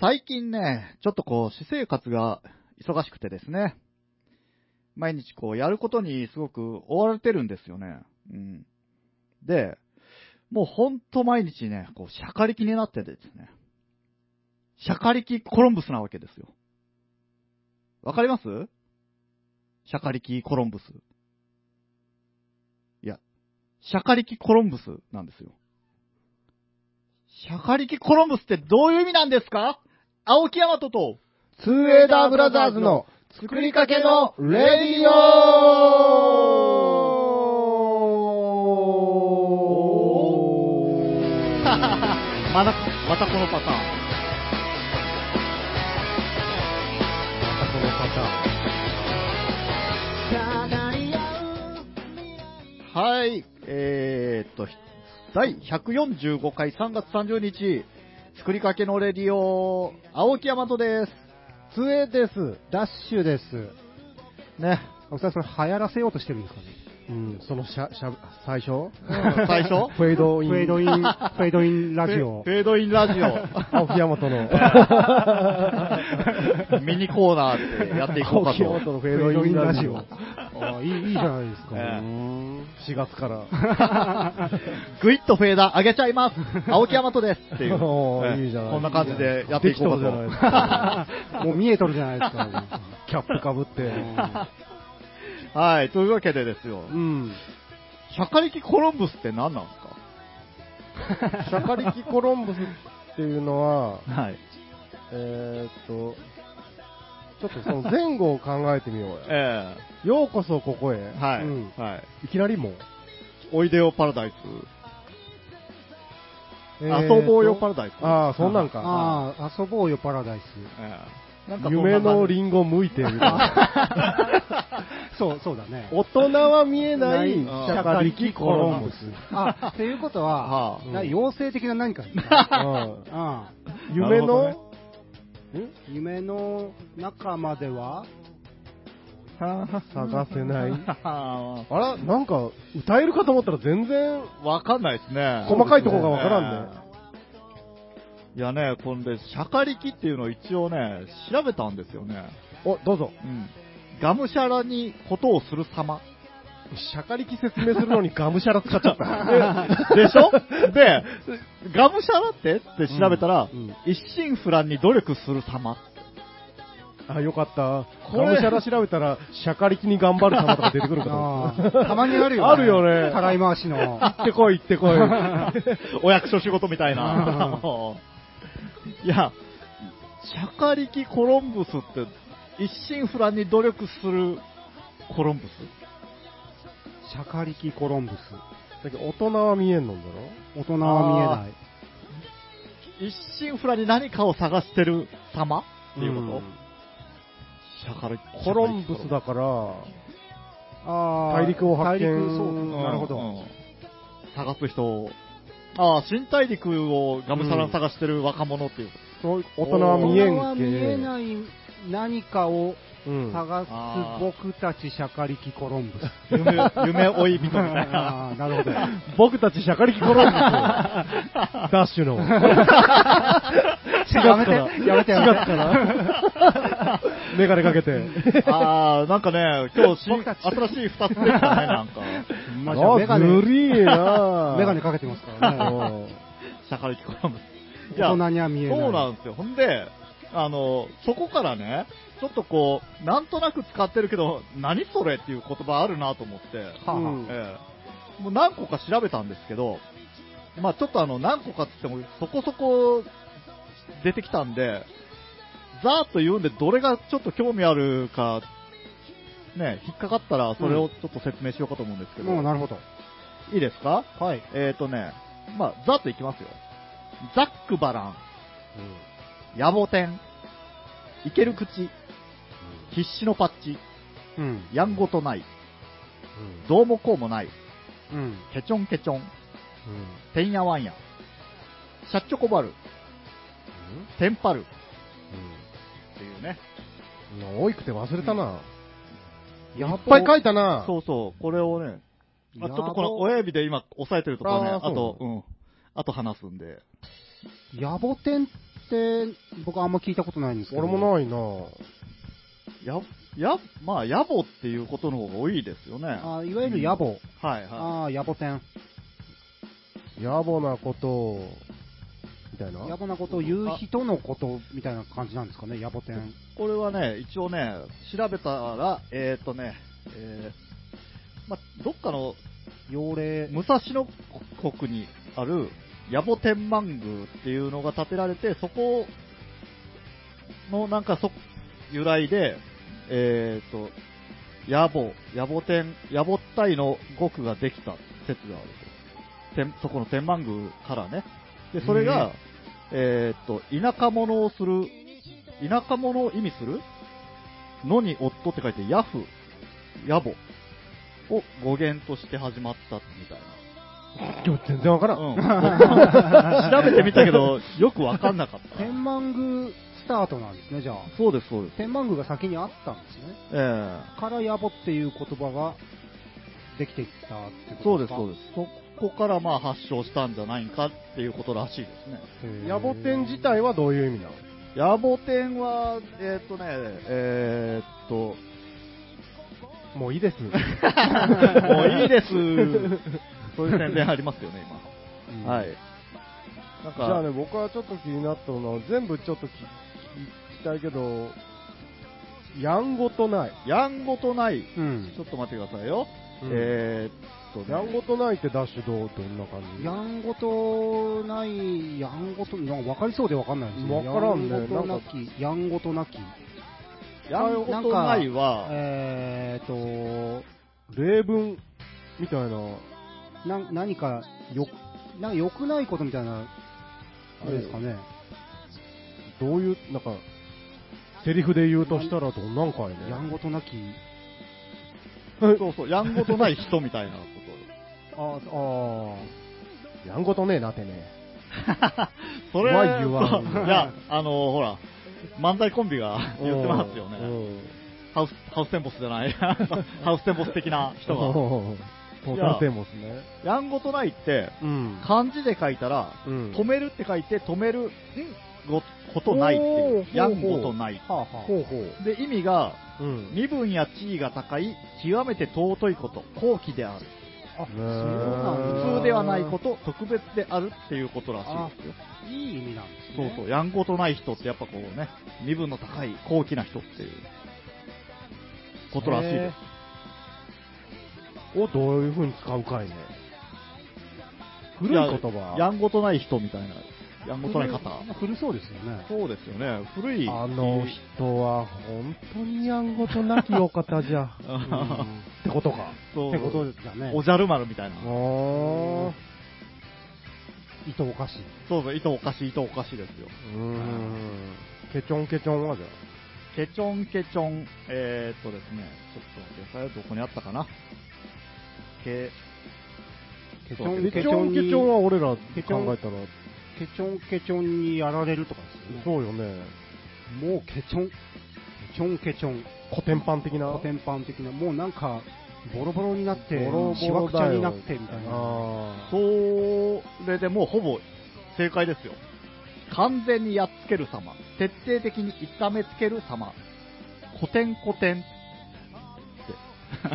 最近ね、ちょっとこう、私生活が忙しくてですね、毎日こう、やることにすごく追われてるんですよね。うん。で、もうほんと毎日ね、こう、シャカリキになってですね、シャカリキコロンブスなわけですよ。わかりますシャカリキコロンブス。いや、シャカリキコロンブスなんですよ。シャカリキコロンブスってどういう意味なんですか青木山とと、ツーエイダーブラザーズの作りかけのレディ オまた、またこのパターン。はい、えー、っと、ひ第145回3月30日、作りかけのレディオ、青木山とです。ツーエです。ダッシュです。ね、奥さん、それ流行らせようとしてるんですかねうん、そのしゃ、しゃ、最初最初 フェードイン。フェードイン、フェードインラジオフ。ェードインラジオ、青木山との。ミニコーナーでやっていこうか青木山と。とのフェードインラジオ。フェードインラジオああいい、いいじゃないですか。ええ4月から。グイッとフェーダー上げちゃい ます。青木山とです。 っていう。 おーいいじゃないこんな感じでやっていこうかと。できたじゃないですもう見えとるじゃないですか。かキャップかぶって。はい、というわけでですよ。うん。シャカリキコロンブスって何なんですシャカリキコロンブスっていうのは、かはい。えーっと、ちょっとその前後を考えてみようえや。ようこそここへ。えはい、うんはい。いきなりもう。おいでよパラダイス。えーっと遊ぼうよパラダイスああ、そんなんか。ああ、遊ぼうよパラダイええなんかそんな夢の感じリンゴ向いてみたいなス。そう、そうだね。大人は見えないシシャャカカリリキキココロロンンブブスス。あ、っていうことは、はうんな妖精的な何か。うんああ夢なるの、夢の中まではあ。探せない。はあら、なんか、歌えるかと思ったら全然あ わかんないですね。細かいとこがわからんね。いやね、こんで、シャカリキっていうのを一応ね、調べたんですよね。お、どうぞ。うん。がむしゃらにことをする 様。シャカリキ説明するのにがむしゃら使っちゃ った。でしょで、がむしゃらってって調べたら、うん一心不乱に努力する様。あ、よかった。こがれむしゃら調べたら、シャカリキに頑張る様とか出てくるかと思あっあたまにあるよね。あるよねたらい回しの。た。行ってこい、行ってこい。 お役所仕事みたいな。 いや、シャカリキコロンブスって、一心不乱に努力するコロンブス シャカリキコロンブス。だけど大人は見えんのんだろ大人は見えない。一心不乱に何かを探してる様っていうこと、うんシャカリコロンブスだから、ああ大陸を発見大陸、そう、うんなるほど。うん探す人を。ああ、新大陸をがむしゃらに探してる若者っていう。そういう大人は見え大人はん見えけ。ない何かをうん探す僕たちシャカリキコロンブス。夢、夢追い人みたいな。ああ、なるほど。僕たちシャカリキコロンブス。ダッシュ の。やめて、やめて、やめて。メガネかけて。 ああ、なんかね、今日新、僕たち新しい二つできたね、なんか。まあじゃあメガネ、ずりーな メガネかけてますからね。うんシャカリキコロンブス。いや大人には見えない。そうなんですよ。ほんで、あの、そこからね、ちょっとこう、なんとなく使ってるけど、何それっていう言葉あるなと思って、はあはあうんええもう何個か調べたんですけど、まあちょっとあの、何個かって言っても、そこそこ出てきたんで、ざーっと言うんで、どれがちょっと興味あるか、ね、引っかかったら、それをちょっと説明しようかと思うんですけど、もうなるほど。いいですかはい。えっ、ー、とね、まあざーっといきますよ。ザックバラン。野暮天、いける口、必死のパッチ、うん。やんごとない、どうもこうもない、うん。ケチョンケチョン、てんやわんや、シャッチョコバル、テンパルっていうね。うん多くて忘れたな。やいっぱい書いたな。そうそう、これをね、あちょっとこの野暮親指で今押さえてるところね、あーあそうと、うん、あと話すんで。野暮天っって僕あんま聞いたことないんですけど。俺もないなぁ。や、や、まあ、野暮っていうことの方が多いですよね。はあいわゆる野暮。いはああ、野暮天。野暮なことを、みたいな。野暮なことを言う人のことみたいな感じなんですかね、野暮天。い。これはね、一応ね、調べたら、えーっとね、えー、まあ、どっかの幼霊。武蔵野国にある野暮天満宮っていうのが建てられて、そこのなんかそ由来で、えー、と、野暮、野暮天、野暮ったいの語句ができた説があると。天そこの天満宮からね。で、それが、えー、と、田舎者をする、田舎者を意味するのに夫って書いて、ヤフ、野暮を語源として始まったみたいな。今日全然わからん。うん 調べてみたけど、よくわかんなかった。天満宮スタートなんですね、じゃあ。そうです、そうです。天満宮が先にあったんですね。ええから野暮っていう言葉ができてきたってそこうとで、ですすかそうでです。そこからまあ発祥したんじゃないかっていうことらしいですね。す、そうで野暮天自体はどういう意味なの野暮天は、えーっとね、えーっ と、もういいです。もういい です。そういう宣伝ありますよね、うん今。はい。なんじゃあか、ね、僕はちょっと気になったのは、全部ちょっと聞き聞きたいけど、やんごとない。やんごとない。うんちょっと待ってくださいよ。うんえーっとね、やんごとないってダッシュどうどんな感じやんごとない、やんごと、なんか分かりそうで分かんないですね。分からんねやんごとなき、やんごとなき。やんごとないは、えー例文みたいな。と、な、何か、よ、なんか良くないことみたいな、あれですかね。どういう、なんか、セリフで言うとしたらどんなんかいね。やんごとなき、そうそう、やんごとない人みたいなこと。ああ、やんごとねえなてね。 それうまい言わんそういや、あのほら、漫才コンビが言って ますようね。んハウス、ハウステンボスじゃ ない。ハウステンボス的な人が。うんトータルテンボスね。やんごとないって、うん漢字で書いたら、うん止めるって書いて、止める、んご、ことないっていうお。ーやんごとない。はあはほうほう。で、意味が、うん。身分や地位が高い、極めて尊いこと、高貴である。あ、あ、ねそうえなんだ普通ではないこと、特別であるっていうことらしいですよ。いい意味なんですそうね。そう、やんごとない人ってやっぱこうね、身分の高い、高貴な人っていう、ことらしいでをどういう風に使うかいね。す。古い言葉ややんごとない人みたいな、やんごとない方。古そうですよね。そうですよね、古い。あの人は本当にやんごとなきお方じゃ。っ うんてことか。そうってことだね。おじゃる丸みたいな。あ糸おかしい。そうそう、糸おかしい、糸おかしいですよ。ーうん。ケチョンケチョンはじゃケチョンケチョン、えー、っとですね、ちょっと待ってください、どこにあったかな。ケ、ケチそあ。ョうンケチケチョョンンにケチョンは俺ら考えケチョンたら、ケチョンケチョンにやられるとかですよね。そうよね。もうケチョン、ケチョンケチョン、古典版的な。古典版的な、もうなんか、ボロボロになって、ボロしボわロくちゃだよになってみたいな。あーそれでもうほぼ正解ですよ。完全にやっつける様。徹底的に痛めつける様。古典古典って。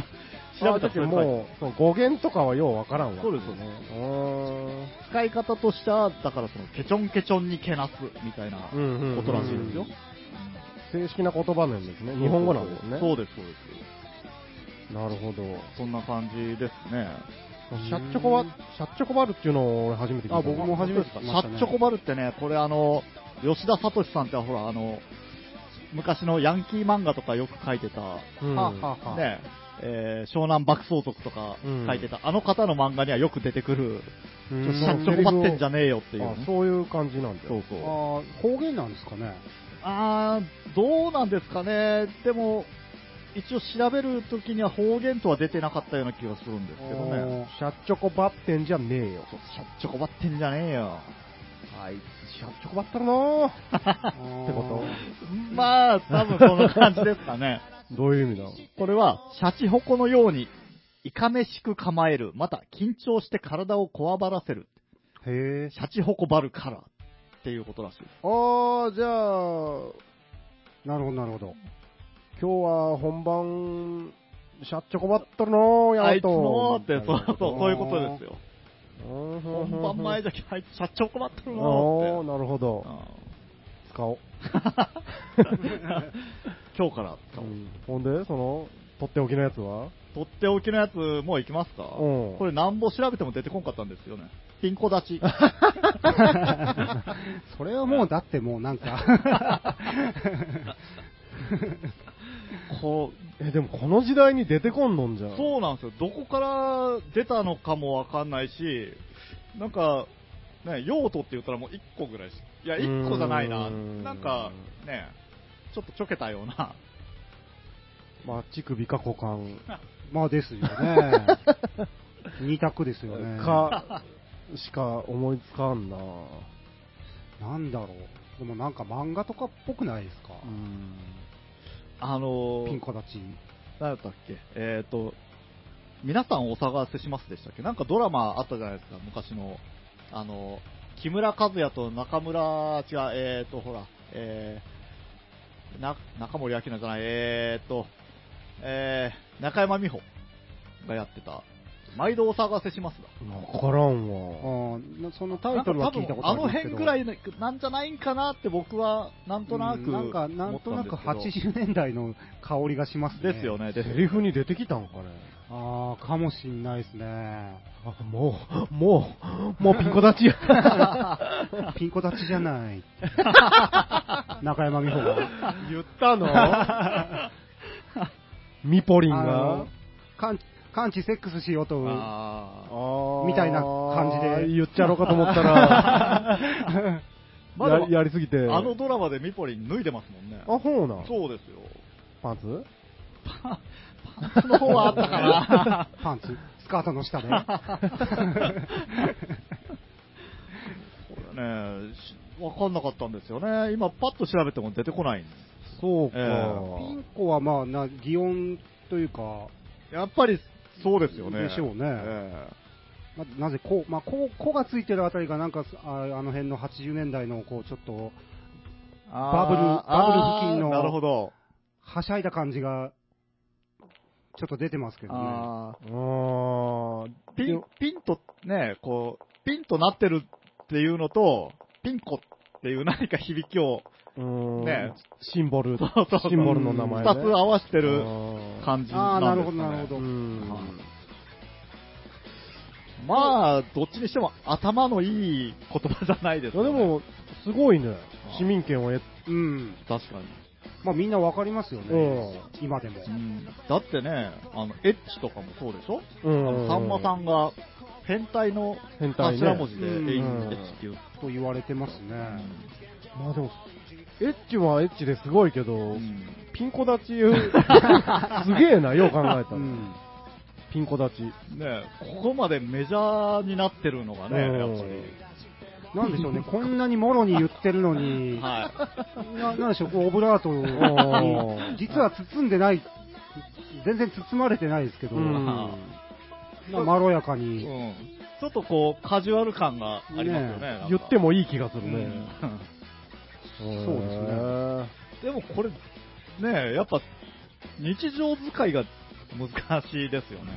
調べたらそあの時れももう、そう語源とかはようわからんわ。そうですよねうーん。使い方としては、だからそのケチョンケチョンにけなすみたいなうんうんうんことらしいですよ。正式な言葉なんですね。日本語なんですね。そうです、そうです。なるほど。そんな感じですね。シャッチョコバ、シャッチョコバルっていうのを俺初めて聞いた。あ僕も初めて聞きシましたャねッチョコバルってね、これあの、吉田聡さんってほら、あの、昔のヤンキー漫画とかよく書いてた、うんはあはあはあねえー湘南爆走族とか書いてた、あの方の漫画にはよく出てくる、うちんょっとシャッチョコバってんじゃねえよっていうね、あそういう感じなんだそよう。そうあー方言なんですか ね。あー、どうなんですかね、でも、一応調べるときには方言とは出てなかったような気がするんですけどね、シャッチョコバってんじゃねえよ。ちょシャッチョコバってんじゃねえよ。あいつ、シャッチョコバったらなあってこまあ、多分こんな感じですかね。と。どういう意味だ これは、シャチホコのように、いかめしく構える、また緊張して体をこわばらせる、へえ。シャチホコバルカラー。っていうことらしいです。ああ、じゃあ、なるほど、なる ほど。今日は本番、シャッチョコバっとるのー、あやいつのーって、そうそう、そういうことですよ。よ。本本番前じゃき、あいつ社長困ってるなああ、ーって。なるほど。あ使おう。ー今日から使おうほんで、その、とっておきのやつはとっておきのやつ、もういきますかうんこれ、なんぼ調べても出てこんかったんですよ ね。ピンコ立ち。それはもう、だってもうなん かこう、え、でもこの時代に出てこんのんじゃん。そうなんですよ、どこから出たのかもわかんないし、なんか、ね、用途って言ったらもう1個ぐらいし、いや、1個じゃないな、うーんなんかね、ちょっとちょけたような、 まあ、乳首か股間。まあですよね。二択です よね。か、しか思いつかんななんだろう。でもなんか漫画とかっぽくないですか、うん。あのーピン、子たち。なんだったっけ、えっ、と、皆さんお探せしますでしたっけ、なんかドラマあったじゃないですか、昔の、あの、木村和也と中村、違う、えっ、と、ほら、えー、な中森明菜じゃない、えっ、と、えー、中山美穂がやってた、毎度お探せしますだ。わからんあわ。ーなそのタイトルは聞いたことああるのんですけ辺ど。ぐらいのなんじゃないんかなって僕はなんとなうくんな思っんたか、んですけど、なんとなく80年代の香りがしますね。ですよ。ね、でセすよね リフに出てきたんかね。ああ、かもしんないですね。あ、もう、もう、もうピンコ立ちや。 ピン子立ちじゃない。中山美穂が。言った のミポリンが。あの完完治セックスしようと。あーあーみたいな感じで言っちゃろうかと思った ら、まだややりすぎて。あのドラマでミポリン脱いでますもんね。あ、ほうなん。そうですよ。パンツパンツの方はあったか な。パンツ、スカートの 下で。これね、しわかんなかったんですよね。今パッと調べても出てこないんでそうか。えピン子はまあな、擬音というか、す。やっぱりそうですよね。でしょうねえまなぜこう、まあ、こう、こがついてるあたりがなんか、ああの辺の80年代の、こう、ちょっと、えバブルあーバブル付近のなるほど。はしゃいだ感じが、ちょっと出てますけどね。あうーん。ーピン、ピンとね、こう、ピンとなってるっていうのと、ピンコっていう何か響きを、うーんねシンボル、そうそうそうシンボルの名前、ね。二つ合わせてるうん感じああ、ななんるですほかど、ね。なるほうど。ん。まあ、どっちにしても頭のいい言葉じゃないですいかやね、でも、すごいね。市民権を得うん。確かに、まあ、みんなわかりますよね。今でも。だってね、あのエッチとかもそうでしょ、うんあのさんまさんが変態の変態ね頭文字でエうんッチっていう、と言われてますね。まあでも、エッチはエッチですごいけど、うんピンコ立ち、 すげえな、よう考えたら。うん。ピンコ立ち。ねここまでメジャーになってるのがね、やっぱなんでしょ うね、こんなにもろに言ってるのり、に、はななんでしょう、こうオブラートんに、実は包んでない、全然包まれてないですけど、うん まあまろやかいに、うんちょっとこう、カジュアル感がありますよね、ねなんか言ってもいい気がするうね。んんそうですねでもこれ、ねやっぱ日常使いが難しいですよね。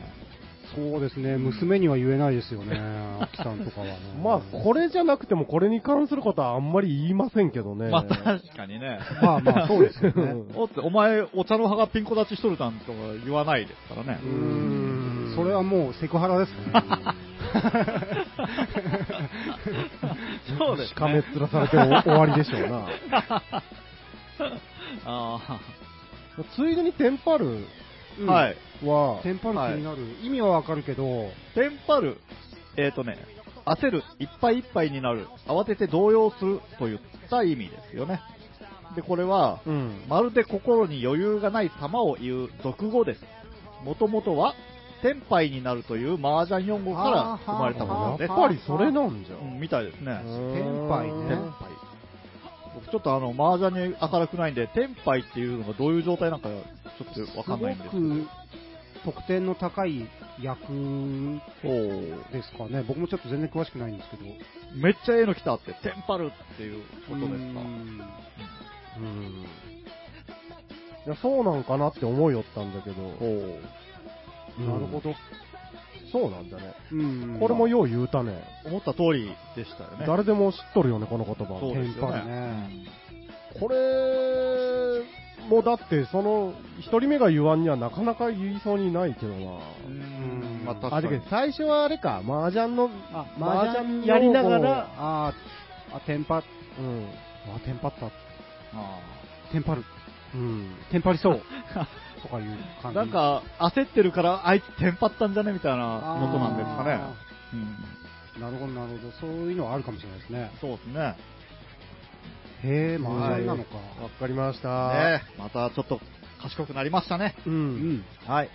そうですね、娘には言えないですよね、アキさんとかは ね。まあ、これじゃなくても、これに関することはあんまり言いませんけどね。まあ確かにね。まあまあ、そうですよね。おって、お前、お茶の葉がピンコ立ちしとるなんとか言わないですからねう。ん、それはもうセクハラですね。。そうですしかめっね。面されてお終わりでしょうな。 あ ついでにテンパるあ、はいい。は、テンパる気になる、意味はわかるけど、テンパる、えっ、とね、焦る、いっぱいいっぱいになる、慌てて動揺するといった意味ですよね。で、これは、うん。まるで心に余裕がない様を言う俗語です。もともとは、天杯になるという麻雀用語から生まれたものやでっす。ぱりそれなんじゃ。うん、みたいですね。テンパイね天杯。僕ちょっとあの、麻雀に明るくないんで、天杯っていうのがどういう状態なのか、ちょっとわかんないんですすごく得点の高い役けど。おーですかね、僕もちょっと全然詳しくないんですけど、めっちゃええの来たって、テンパるっていうことですか。うんうん。いや、そうなんかなって思いよったんだけど、ほうんなるほど。そうなんだね。うんこれもよう言うたね。う。思った通りでしたよね。誰でも知っとるよね、この言葉。そうですよテンパるねね。これ、もうだって、その、一人目が言わんにはなかなか言いそうにないけどうな。ん、うんまああ、確だかけにど。最初はあれか、麻雀の、あ、麻麻雀雀ややりりななががらら、あーあ、テンパ、あ、うん。テンパった。あテンパる。うん。テンパり そう。とかいうあ感じ。なん、か、焦ってるから、あいつテンパったんじゃねみたいなことなんですかね。うん、なるほど、なるほど。そういうのはあるかもしれないですね。そうですね。へえ、麻雀なのか。わかりました。ねまたちょっと賢くなりましたね。う。うんん。はい。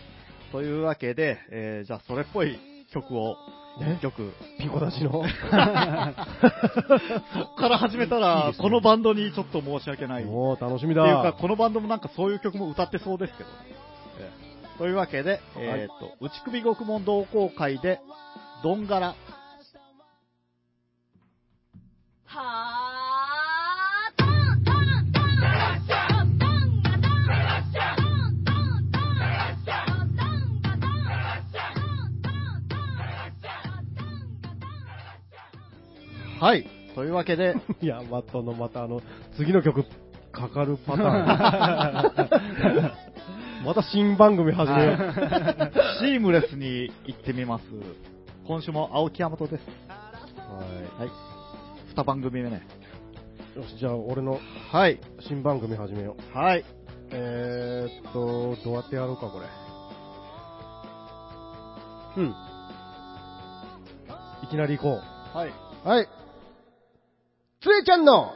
というわけで、えーじゃあそれっぽい曲を、ね一曲。ピコ出しの。そっから始めたら、このバンドにちょっと申し訳 ない。っていうおー、楽しみだ。か、このバンドもなんかそういう曲も歌ってそうですけど。えーというわけで、えーっと、内首獄門同好会で、どんがら。はートントントントントンガトントントントントンガトントントントントントンガトンはい。というわけで、いや、マットのまたあの、次の曲、かかるパターン。また新番組始めよう。シームレスに行ってみます。今週も青木山本です。ははい。二番組目ね。い。よし、じゃあ俺のはい。新番組始めよう。はい。えーっと、どうやってやろうか、これ。うん。いきなり行こはい。う。はい。つえちゃんの、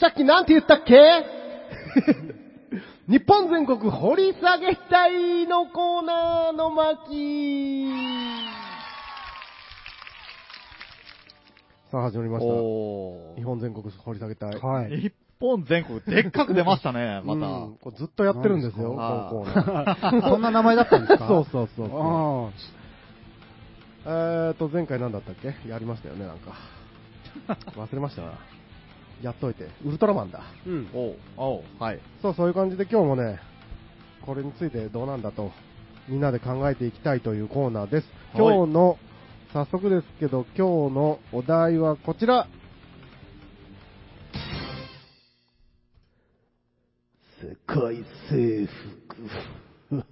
さっきなんて言ったっ け日本全国掘り下げ隊のコーナーの巻さあ始まりました。お日本全国掘り下げ隊。はい。日本全国でっかく出ましたね、まうんこれずっとやってるんですよ、この何コーでナこんな名前だったんですー。かそうそうそうそう。あえーと、前回何だったっけやりましたよね、なん か。忘れましたな。やっといて。ウルトラマンだ。あ。うんた。。おう、おう、はい。そう、そういう感じで今日もね、これについてどうなんだと、みんなで考えていきたいというコーナーです。はい今日の、早速ですけど、今日のお題はこちら。世界征服。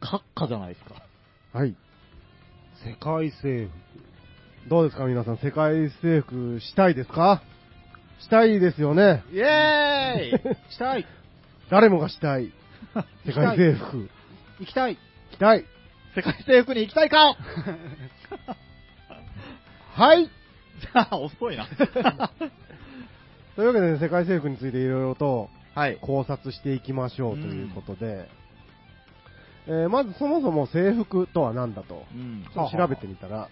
閣下じゃないですか。はい。世界征服。どうですか、皆さん、世界征服したいですかしたいですよね。イエーイしたい。誰もがしたい。世界征服。行きたい。期待。世界征服に行きたいか はい。じゃあ、遅いな。というわけでね、世界征服についていろいろと はい。考察していきましょうということで、えーまずそもそも征服とは何だと、うん。ちょっと調べてみたら、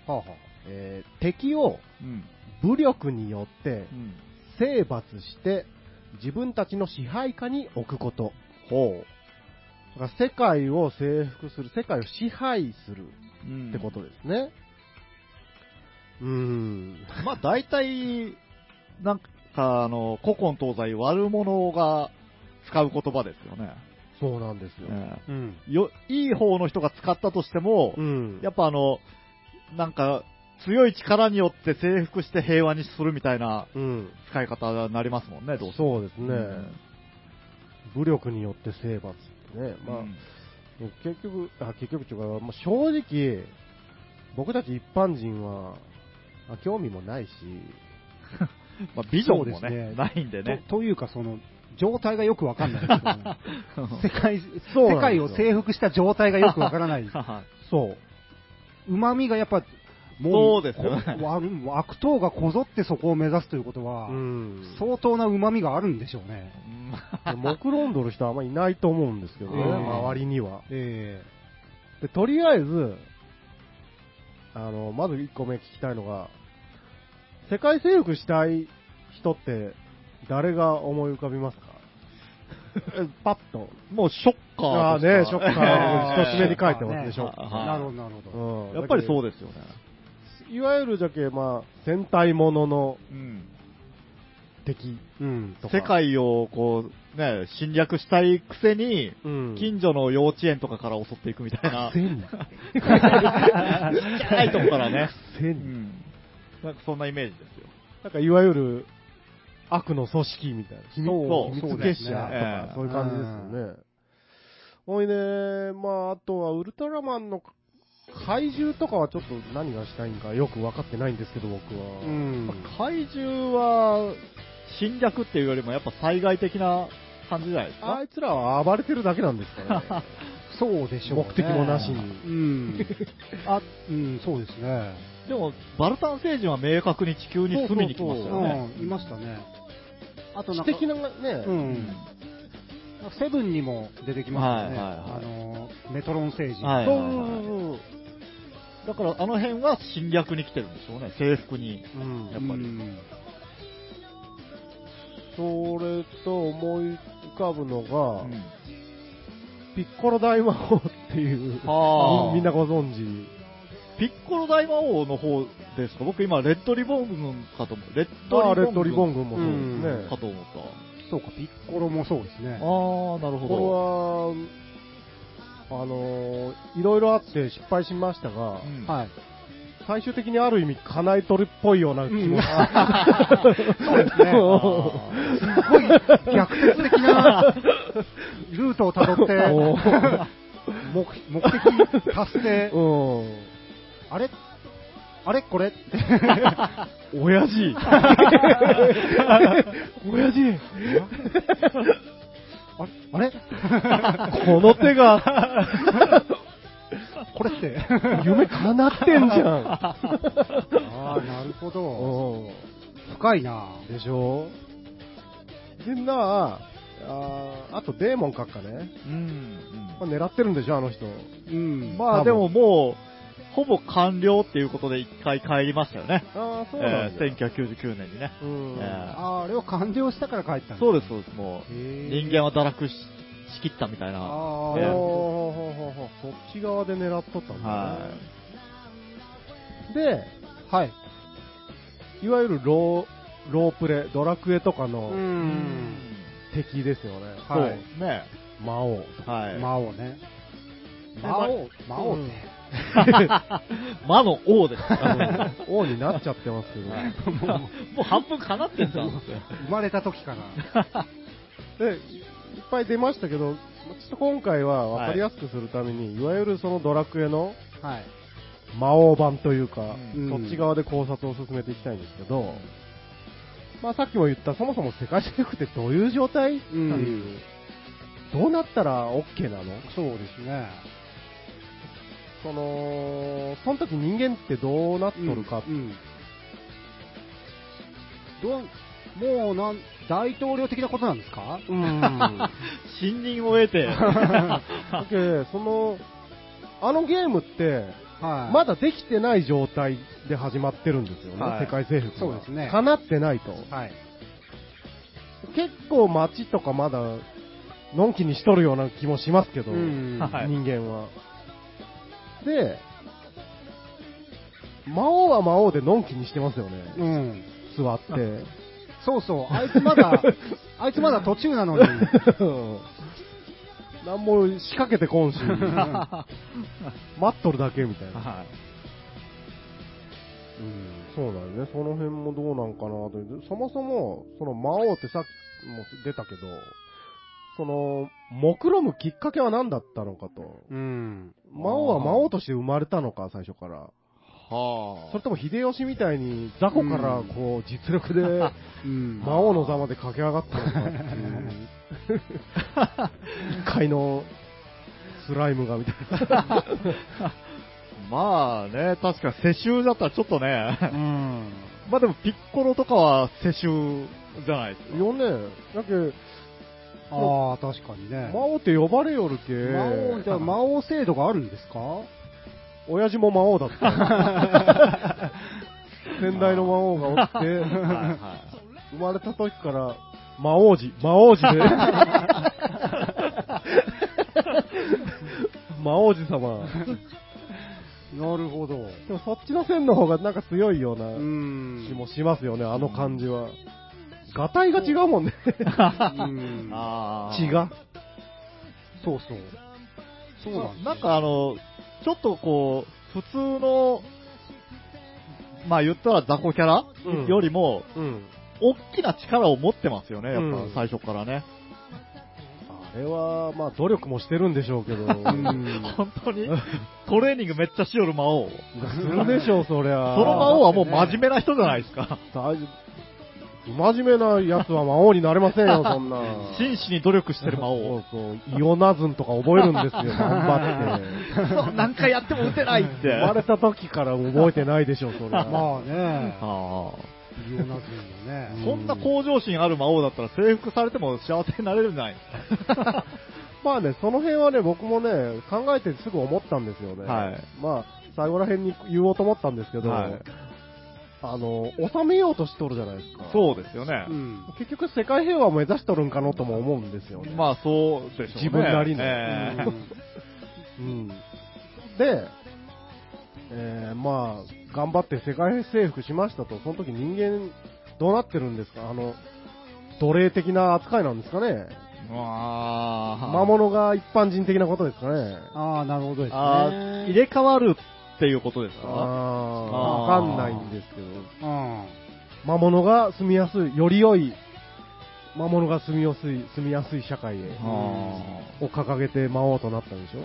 えー敵をうん。武力によってうん。征伐して自分たちの支配下に置くこと。ほう。だから世界を征服する、世界を支配するうん。ってことですね。うーん。まあ、大体、なんか、あの、古今東西悪者が使う言葉ですよね。そうなんですよ。ねうん。よ、いい方の人が使ったとしても、うん。やっぱあの、なんか、強い力によって征服して平和にするみたいなうん。使い方になりますもんね、どうせ。そうですね。うん武力によって征伐ってね、まあ、うん結局、あ結局というか、まあ、正直、僕たち一般人は、あ興味もないし、まあ、ビジョンもそうですね、ねないんでね。とというか、その、状態がよくわかんないですよ ね世界、そうなんですよ世界を征服した状態がよくわからないです。そう。旨味がやっぱ、そうですよねこわ悪党がこぞってそこを目指すということは、うん。相当な旨味があるんでしょうね。うん目論んどる人はあんまいないと思うんですけどね、うん周りには。えで、とりあえず、あの、まず1個目聞きたいのが、世界征服したい人って、誰が思い浮かびますかパッと。 もうショッカあーとあしか。ね、ショッカ ーええを一締めに書いてますでしょ。はいなるほど、なるほど。うんやっぱりそうですよね。いわゆるじゃけ、まあ、戦隊もののうん。敵うん。とか。世界をこう、ね、侵略したいくせに、うん、近所の幼稚園とかから襲っていくみたいな。戦じゃないとこからね。う戦ん。なんかそんなイメージですよ。なんかいわゆる悪の組織みたいな。秘密そう秘密そうですね結社とえかえ、そういう感じですよね。ほいね、まあ、あとはウルトラマンの怪獣とかはちょっと何がしたいんかよく分かってないんですけど、僕は。うん。怪獣は、侵略っていうよりもやっぱ災害的な感じじゃないですあか。いつらは暴れてるだけなんですからね。そう でしょうね。目的もなしに。うん。あ、うん、そうですね。でも、バルタン星人は明確に地球に住みに来ましたよね。うん、いましたね。あと知なんか、的なうね、ん。なんかセブンにも出てきましたはいね。はいはいあの、メトロン星人。はいそうはいはいだからあの辺は侵略に来てるんでしょうね、制服に。うんやっぱりうんそれと思い浮かぶのが、うんピッコロ大魔王っていう、あーみんなご存知。ピッコロ大魔王の方ですか僕今、レッドリボン軍かと思う。レッあドあリレボン軍ッドリボン軍もそうですね。かと思った。そうか、ピッコロもそうですああ、ね。なるほど。これは、あのーいろいろあって失敗しましたが、うんはい。最終的にある意味、叶えとるっぽいような気も、そうですね。あーすごい逆説的 なルートをたどって、おー目目的達成、うあれあ れこれって。ん。親 父親父あれあれこの手 が、これって。夢叶ってんじゃああ、なるほん。ど。うん深いなでしょでなあーあとデーモン閣下ね。うんうんまあ狙ってるんでしょ、あの人。うん。まあでももう、ほぼ完了っていうことで一回帰りましたよね。ああ、そうなえんーだ。 1999年にね。うんえーあれを完了したから帰ったんだそうです、そうです。もう、へー人間は堕落ししきったみたいな。ああ、ええほうほうほうほうそっち側で狙っとったんだはね。で、はい。いわゆるロー、ロープレ、ドラクエとかうのい。ん。敵ですよね。そうはいですね。魔王。はい。 魔王ね。魔王魔王ね。魔の王です。 王になっちゃってますけど。もう半分かなってんじゃん。生まれた時から。で、いっぱい出ましたけど、ちょっと今回は分かりやすくするために、い、わゆるそのドラクエのはい。魔王版というか、うんそっち側で考察を進めていきたいんですけど、まあさっきも言った、そもそも世界征服ってどういう状態ってうんいう、どうなったら OK なのそうですね。その、その時人間ってどうなっとるか、うん。どう、もうなん、大統領的なことなんですか うん信任を得て。 でその、あのゲームって、はい。まだできてない状態で始まってるんですよね、はい世界征服そうはですね叶ってないと。はい。結構街とかまだ、のんきにしとるような気もしますけど、うんはい人間は。で、魔王は魔王でのんきにしてますよね、うん。座って。そうそう。あいつま だ、あいつまだ途中なの に。なんも仕掛けてこんし、待っとるだけみたいな。はうんそうだよね、その辺もどうなんかなという、そもそも、その魔王ってさっきも出たけど、その、目論むきっかけは何だったのかと。うん。魔王は魔王として生まれたのか、最初から。いはそれとも秀吉みたいに雑魚からこう、実力で うん。魔王の座まで駆け上がったのかって いう。一回のスライムがみたいな。まあね、確か世襲だったらちょっとね。うん。まあでもピッコロとかは世襲じゃないですか。よね、だけどああ、確かにね。魔王って呼ばれよるけ。魔王、じゃあ魔王制度があるんですか親父も魔王だった。 先代の魔王がおって、はいは 生まれた時から、魔王児、魔王児で、魔王子 様。なるほど。うでもそっちの線の方がなんか強いようなー気ん。もしますよね、あの感じは。ガタイが違うもんね。うんあー血が。そうそう。そうなんですよなんかあの、ちょっとこう、普通の、まあ言ったら雑魚キャラ、うんよりも、うん。大きな力を持ってますよね、やうっんぱ最初からね。あれは、まあ努力もしてるんでしょうけど。うん本当に トレーニングめっちゃしよる魔王。するでしょう、そりゃ。その魔王はもう真面目な人じゃないですか。大丈夫真面目なやつは魔王になれませんよ、そんな。真摯に努力してる魔そ王 う。そう、イオナズンとか覚えるんですよ、頑張って。そう何回やっても打てない って。生まれた時から覚えてないでしょ、それは。まあね、あーイオナズンのね。そんな向上心ある魔王だったら征服されても幸せになれるんじゃないまあね、その辺はね、僕もね、考えてすぐ思ったんですよね。はいまあ、最後ら辺に言おうと思ったんですけど、はいあの、収めようとしとるじゃないですか。そうですよねう。ん。結局、世界平和を目指しとるんかのとも思うんですよね。まあそうでしょうね。自分なりのええうん。で、えーまあ、頑張って世界征服しましたと、その時人間、どうなってるんですかあの、奴隷的な扱いなんですかねまあ、魔物が一般人的なことですかねああ、なるほどですね。あー入れ替わるっていうことですかあーあーわかんないんですけど、うん。魔物が住みやすい、より良い、魔物が住みやすい、住みやすい社会へ、あを掲げて魔王となったんでし ょ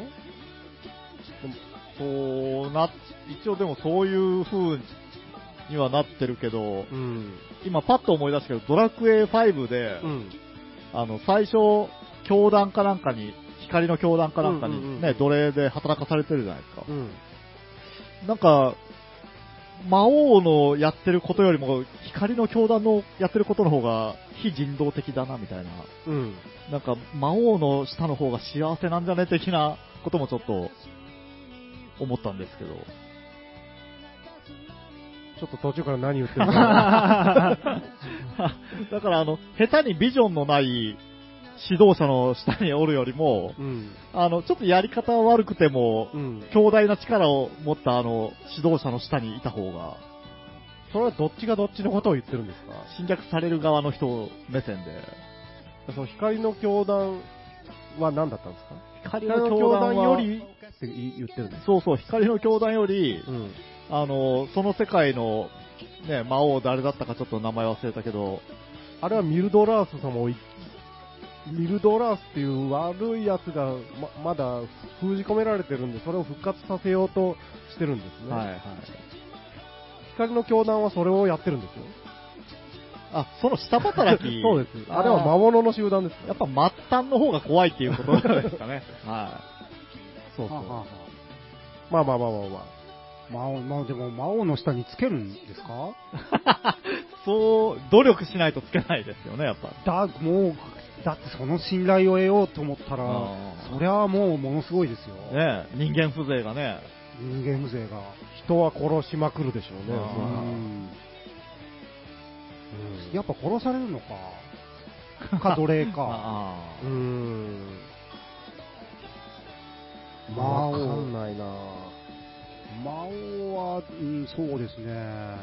ーそうな、一応でもそういう風にはなってるけど、うん。今パッと思い出したけど、ドラクエ5で、うん。あの、最初、教団かなんかに、光の教団かなんかにね、うんうんうん奴隷で働かされてるじゃないですかう。ん。なんか、魔王のやってることよりも、光の教団のやってることの方が非人道的だな、みたいな。うん。なんか、魔王の下の方が幸せなんじゃね的なこともちょっと、思ったんです けど。ちょっと途中から何言ってるか。だから、あの、下手にビジョンのない指導者の下におるよりも、うん。あの、ちょっとやり方悪くても、うん。強大な力を持ったあの、指導者の下にいた方が、それはどっちがどっちのことを言ってるんですか侵略される側の人目線で。その光の教団は何だったんですか光光の教団よりって言ってるんです。そうそう、光の教団より、うん。あの、その世界の、ね、魔王誰だったかちょっと名前忘れたけど、あれはミルドラース様をい、ミルドラースっていう悪いやつがままだ封じ込められてるんで、それを復活させようとしてるんですね。はいはい。光の教団はそれをやってるんですよ。あ、その下働き。 そうです。あれは魔魔物の集団ですやかっぱ末端の方が怖いっていうことなんですか ね。はそうはあはあはまあまあまあまあまあ。あ魔王、まあでも魔王の下につけるんですかい。 そう、努力しないとつけないですよね、やっぱ。だ、もう、だってその信頼を得ようと思ったらあ、ーそりゃもうものすごいですよ。ねえ人間風情がね。人間風情が。人は殺しまくるでしょうね。あうーん。うんやっぱ殺されるのか。か、奴隷か。あうーん。魔王わかんないなぁ魔王は、うん、そうです ね。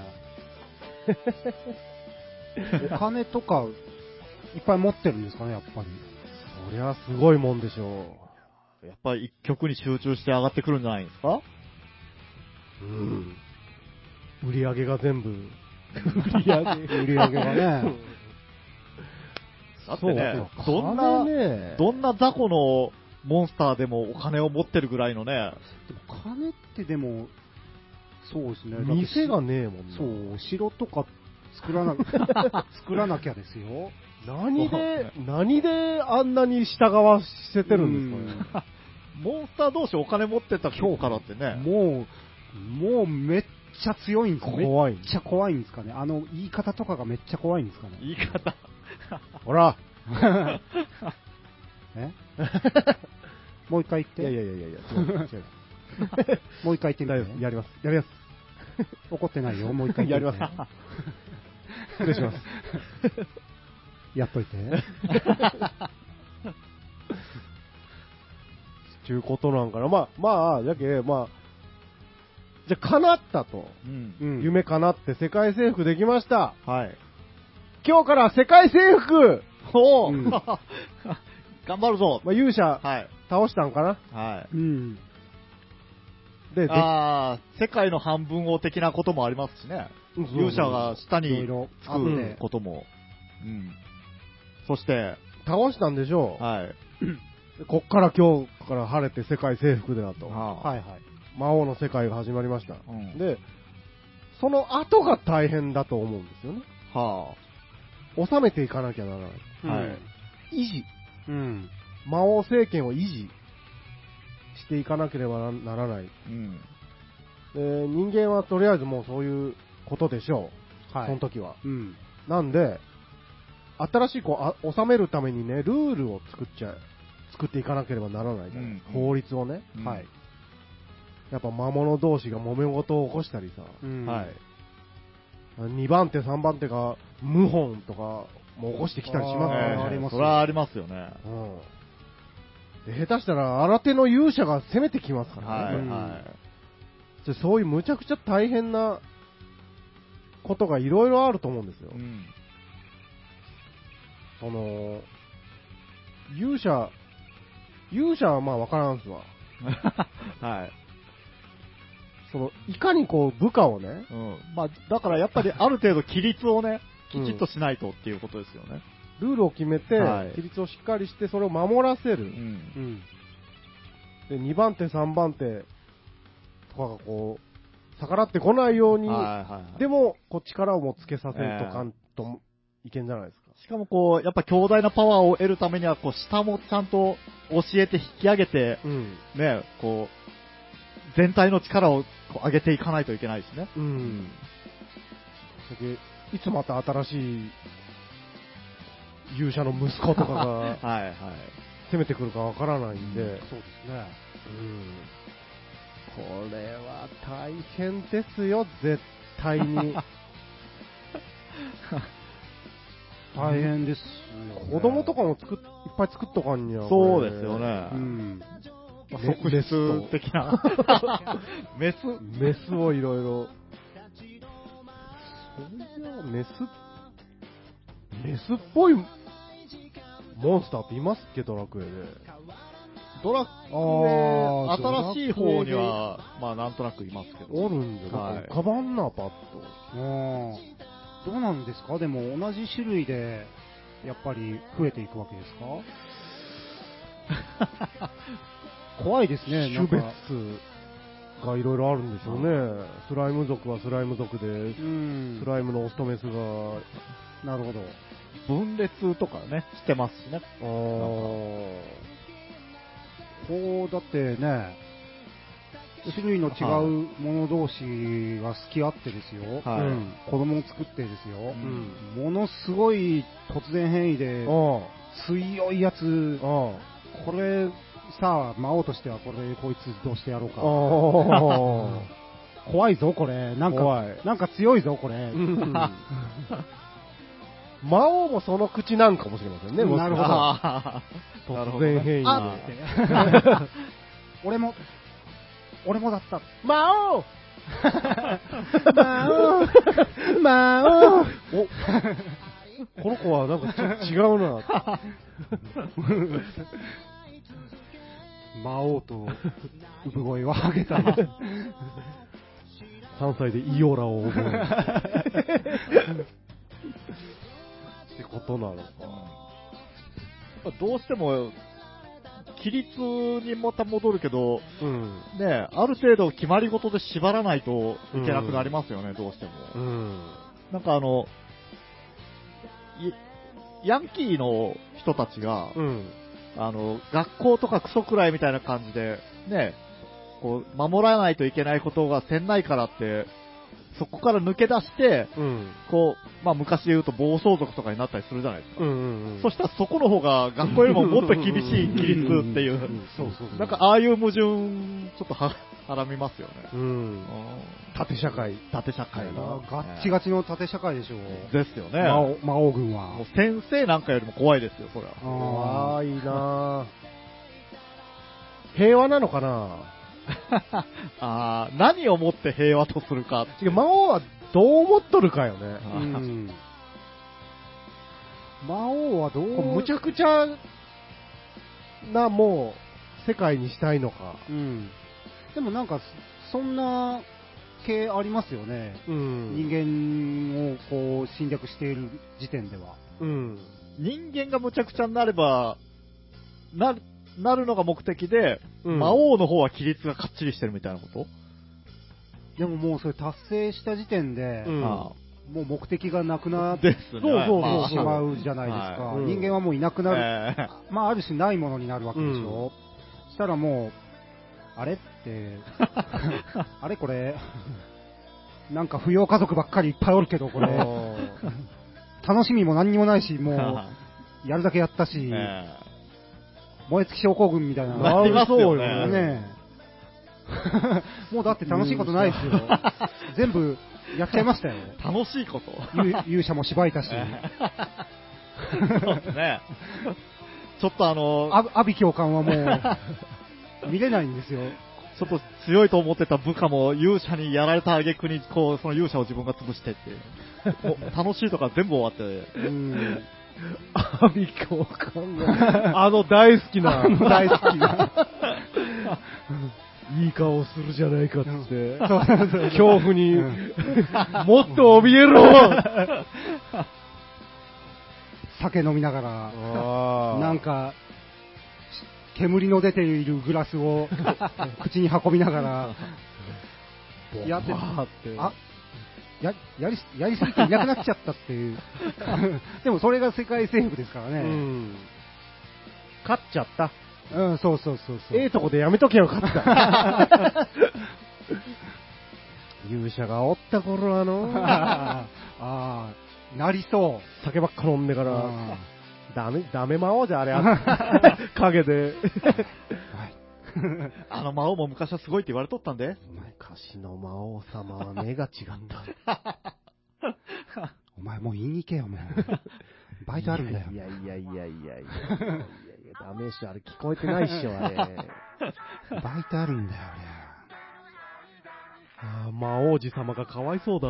お金とか、いっぱい持ってるんですかね、やっぱり。そりゃすごいもんでしょあ。やっぱり一曲に集中して上がってくるんじゃないんですかう。うん。売り上げが全部。売り上げ売り上げがね。だってねそう、どんな、あれねどんな雑魚のモンスターでもお金を持ってるぐらいのね、でも金ってでも、そうですね。店がねえもんなそう、お城とか作 らな、作らなきゃですよ。何で、何であんなに従わせてるんですかね。モンスター同士お金持ってた今日からってね、もう、もうめっちゃ強いんです怖いめっちゃ怖いんですかね。あの、言い方とかがめっちゃ怖いんですか ね。言い方。ほら。えもう一回言っいて。やいやいやいや、違う違う。もう一回言大っ丈て夫みて。やります。やり ます。怒ってないよ。もう一回言ってみてやりま失礼します。やっといて。ちゅうことなんかな。まあ、まあ、やけ、まあ、じゃあ、叶ったと。うんうん夢叶って世界征服できました。はい。今日から世界征服おお、う ん頑張るぞまあ、勇者はい。倒したんかなはうん。で、い。でああ、世界の半分を的なこともありますしね。うん勇者が下いろいにろつあっくてことも。うん。そして、倒したんでしょう。はい。こっから今日から晴れて世界征服だと。はい。はいはい。魔王の世界が始まりました。うんで、その後が大変だと思うんですよね。は収めていかなきゃならない。はい維持。うん。魔王政権を維持していかなければなならない。あ。うん。で人間はとりあえずもうそういうことでしょう。はいその時は。うん。なんで、新しいこうあ、収めるためにね、ルールを作っちゃう。作っていかなければならないじゃないですかうん法律をね、うんはい。やっぱ魔物同士が揉め事を起こしたりさ。うんはい。 2番手、3番手が謀反とかも起こしてきたりしますからえねえありますそれはありますよね。うん、で下手したら新手の勇者が攻めてきますからはね、い、うんはでそういうむちゃくちゃ大変なことがいろいろあると思うんですよ、い。うん。 その勇者、勇者はまあ分からんっすわ、はい。そのいかにこう部下をね、うん。まあ、だからやっぱりある程度規律をね、きうんちっとしないとっていうことですよね。ルールを決めて、はい規律をしっかりして、それを守らせる。うんうん。で2番手、3番手とかがこう逆らってこないように、はいはいはい。でもこう力をもつけさせるええとかんともいけんじゃないですか。しかもこう、やっぱ強大なパワーを得るためには、こう、下もちゃんと教えて引き上げて、うんね、こう、全体の力をこう上げていかないといけないですね。うん、だけいつまた新しい勇者の息子とか がはいはい。攻めてくるかわからないんで、そうですね。うんこれは大変ですよ、絶 対に。大変ですよね。子供とかも作っいっぱい作っとかんには。そうですよね。うん。まあ。即メスと質的な。メスメスをいろいろ。そりゃ、メス、メスっぽいモンスターっていますっけ、ドラクエで。ドラあクエ、ー新しい方に、は、まあなんとなくいますけど。おるんじゃない、はい浮かばんな、パッと。ああ。どうなんですかでも同じ種類で、やっぱり増えていくわけですか怖いですね、な種んか。別数がいろいろあるんでしょうね。スライム族はスライム族でう、んス。ライムのオスとメスが、なるほど。分裂とかね、してますしね。あーこう、だってね、種類の違うもの同士が好き合ってですよ。はいうん子供を作ってですよ。んものすごい突然変異で、あ強いやつー、、あーこれ、さあ、魔王としてはこれ、こいつどうしてやろうあか。ー。怖いぞ、これ。なん怖かい、なんか強いぞ、これ。魔王もその口なんかもしれませんね、もしかしたらなるほどあーなる突ほどね然変異 あでってね。俺も、俺もだった。魔王魔王魔お王この子はなんかちょっと違うな。魔王と産声を上げた。 3歳でイオラを覚える。ってことなのか。やっぱどうしても、規律にまた戻るけど、うん。ねえ、ある程度決まり事で縛らないといけなくなりますよね、どうしても。うん。なんかあの、いヤンキーの人たちが、うん。あの、学校とかクソくらいみたいな感じで、ねえ、こう、守らないといけないことがせんないからって、そこから抜け出して、うん。こう、まあ昔で言うと暴走族とかになったりするじゃないですか。うんうんうん。そしたらそこの方が学校よりももっと厳しい規律っていうんう、そうそうそうなんかああいう矛盾、ちょっとは、はらみますよね。うん。縦社会。縦社会の。ガッチガチの縦社会でしょう。ですよね。魔王魔王軍もうは。 先生なんかよりも怖いですよ、そりゃ。あ怖いなぁ。平和なのかなああ、何をもって平和とするかって違う、魔王はどう思っとるかよね。あうーん魔王はどうこうむちゃくちゃな、もう、世界にしたいのか。うん、でもなんかそそんな系ありますよね、うん。人間をこう侵略している時点ではうん。人間がむちゃくちゃになれば、な、なるのが目的で、うん魔王の方は規律がかっちりしてるみたいなこと、でももうそれ達成した時点で、うんあもう目的がなくなあってすね。そうそうそうまあしまうじゃないですか、はうん人間はもういなくなる、ええまあある種ないものになるわけでしょ、そしたらもうあれって あれこれなんか扶養家族ばっかりいっぱいおるけどこれ楽しみも何にもないし もうやるだけやったし、え燃え尽き症候群みたいなのなりますよねあるそうね もうだって楽しいことないで すよ。全部やっちゃいましたよ。え楽しいこと。ゆ勇者も芝居たし、そうですね。ちょっとあの、阿阿ビ教官はもう、見れないんですよ。ちょっと強いと思ってた部下も勇者にやられた挙句に、こう、その勇者を自分が潰してっていう。もう楽しいとか全部終わって、うん。阿ビ教官 が、あの大好きな、大好きな。いい顔するじゃないかっつって、そうそうそう恐怖にうん、もっと怯えろ 酒飲みながら、ななんか、し煙の出ているグラス を口に運びながら、やってあってあややりすやりすぎていなくなっちゃったっていう、 でもそれが世界征服ですからうね、ん勝っちゃった。うん、そうそうそうそう、ええとこでやめとけよ、勝 った。勇者がおった頃あの、 あ あー、なりそう、酒ばっか飲んでかあら、ダメ、ダメ魔王じゃんあれあ、影で。ーはい あの魔王も昔はすごいって言われとったんで。昔の魔王様は目が違った。お前もう言いに行けよ、お 前バイトあるんだよい、やいやいやいやいやいや。ダメっしょ、あれ聞こえてないっしょ、あれ。バイトあるんだよ、ああ、魔王子様がかわいそうだ。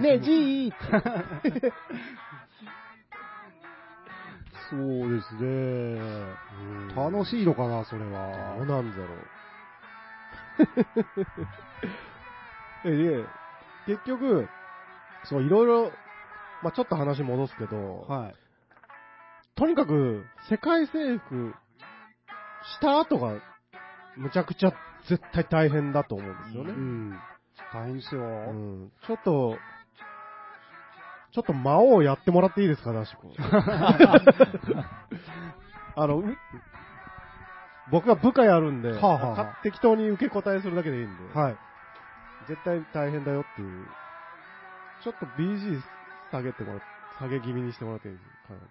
俺ねえ、じーってそうですね、楽い。しいのかな、それどうは。なんだろう。 え、で、結局、そう、いろいろ、まあちょっと話戻すけど、はい、とにかく、世界征服した後が、むちゃくちゃ絶対大変だと思うんですよね。うん、大変ですよ、うんちょっと、ちょっと魔王やってもらっていいですか、ダッシュ 君。あの、う僕が部下やるんで、はあはあはあか適当に受け答えするだけでいいんで、はい、絶対大変だよっていう。ちょっと BG 下げてもらっ下げ気味にしてもらっていいです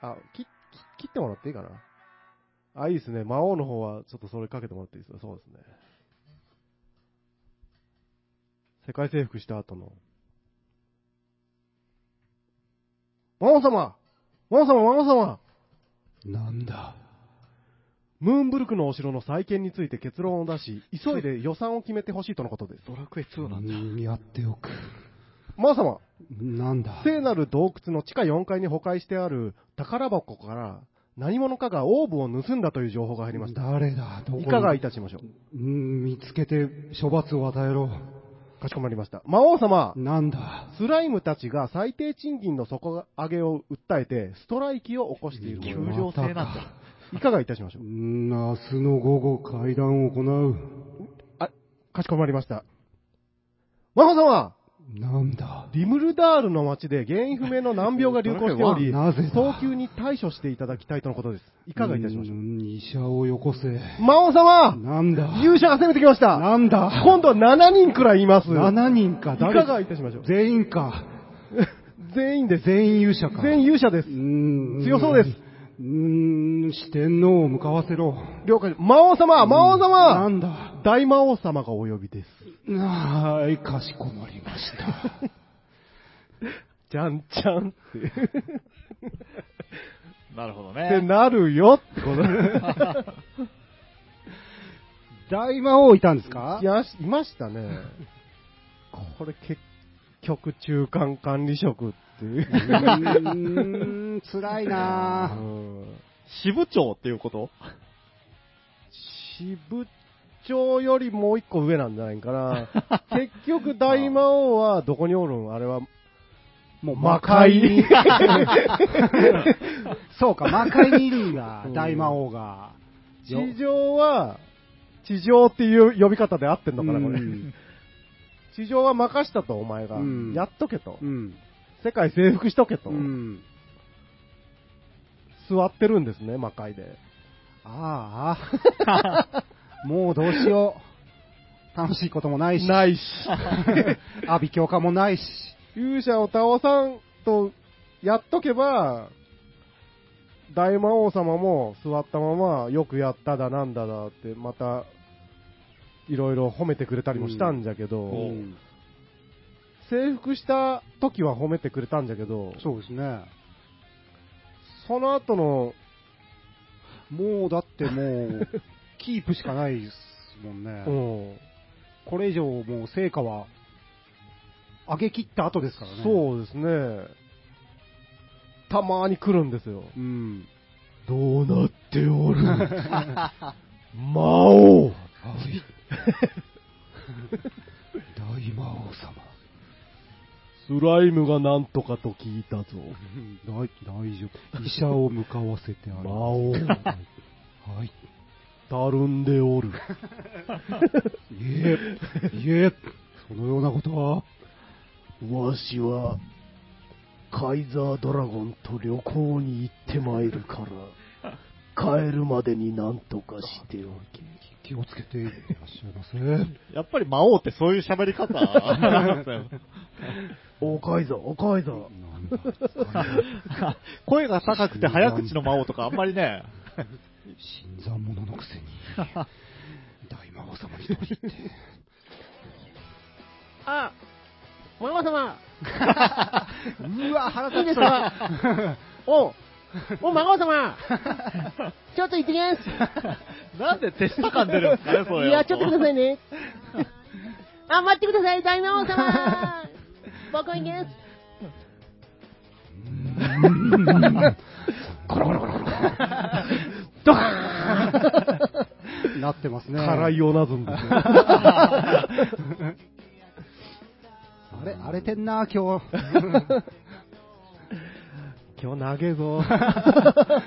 かあ、き、き切ってもらっていいかなあ、いいですね。魔王の方はちょっとそれかけてもらっていいですかそうですね。世界征服した後の。魔王様魔王様魔王様なんだ、ムーンブルクのお城の再建について結論を出し、急いで予算を決めてほしいとのことです。ドラクエ2なんだ。うんやっておく、魔王様なんだ、聖なる洞窟の地下4階に保管してある宝箱から何者かがオーブを盗んだという情報が入りました。誰だ、どこにいかがいたしましょううん見つけて処罰を与えろ。かしこまりました。魔王様なんだ。スライムたちが最低賃金の底上げを訴えてストライキを起こしている球もの場制なんまただ。いかがいたしましょううん明日の午後会談を行う。あ、かしこまりました。魔王様なんだ。リムルダールの町で原因不明の難病が流行しており、なぜだ早急に対処していただきたいとのことです。いかがいたしましょうん医者をよこせ。う魔王様なんだ。勇者が攻めてきましたなんだ。今度は7人くらいいます。 7人か、いかがいたしましょう全員か。全員です。全員勇者か。全員勇者です。員強そうです。うーん、四天王を向かわせろ。了解。魔王様魔王な様んだ。大魔王様がお呼びです。はーい、かしこまりま した。 じゃんじゃんって。なるほどってね。なるよって こと。大魔王いたんですかいや、いましたね。これ結局中間管理職っていうう。ーん、辛いなぁ。うん支部長っていうこと支部長よりもう一個上なんじゃないか な。結局大魔王はどこにおるんあれはもう魔界。 そうか、魔界にいるんだ、大魔王が。地上は、地上っていう呼び方で合ってんのかな、これう。ん 地上は任したと、お前がうん。やっとけとう。ん。世界征服しとけとう。ん。座ってるんですね、魔界で。ああ。 もうどうしよう。楽しいこともないし。ない し。阿鼻教科もないし。勇者を倒さんとやっとけば、大魔王様も座ったまま、よくやっただなんだだって、また、いろいろ褒めてくれたりもしたんじゃけど、うん征服した時は褒めてくれたんじゃけど、そうですね。その後の、もうだってもう、キープしかないですもんね。うん、これ以上もう成果は、上げ切った後ですからね。そうですね、たまーに来るんですよ。う。うん。どうなってお る魔王大魔王様。スライムがなんとかと聞いたぞ。大大丈夫。医者を向かわせてあげる。王、はい。たるんでおる。い え、いえ、そのようなことは。わしは、カイザードラゴンと旅行に行ってまいるから、帰るまでになんとかしておけ。気をつけていらっしゃいませ。うやっぱり魔王ってそういう喋 り方なんだよおカイザー、おカイザー。声が高くて早口の魔王とかあんまりね、新参者のく せに、大魔王様に取り入って。あ、魔王様、うわ、腹立つわ。お、お魔王様、ちょっと行ってきます。なんで手下感出るんですかね、それ。いや、ちょっとくださいね。あ、待ってください、大魔王様。僕行きます。なってますね。辛いおなずんですね。あれ、荒れてんな、今日。 今日投げぞ。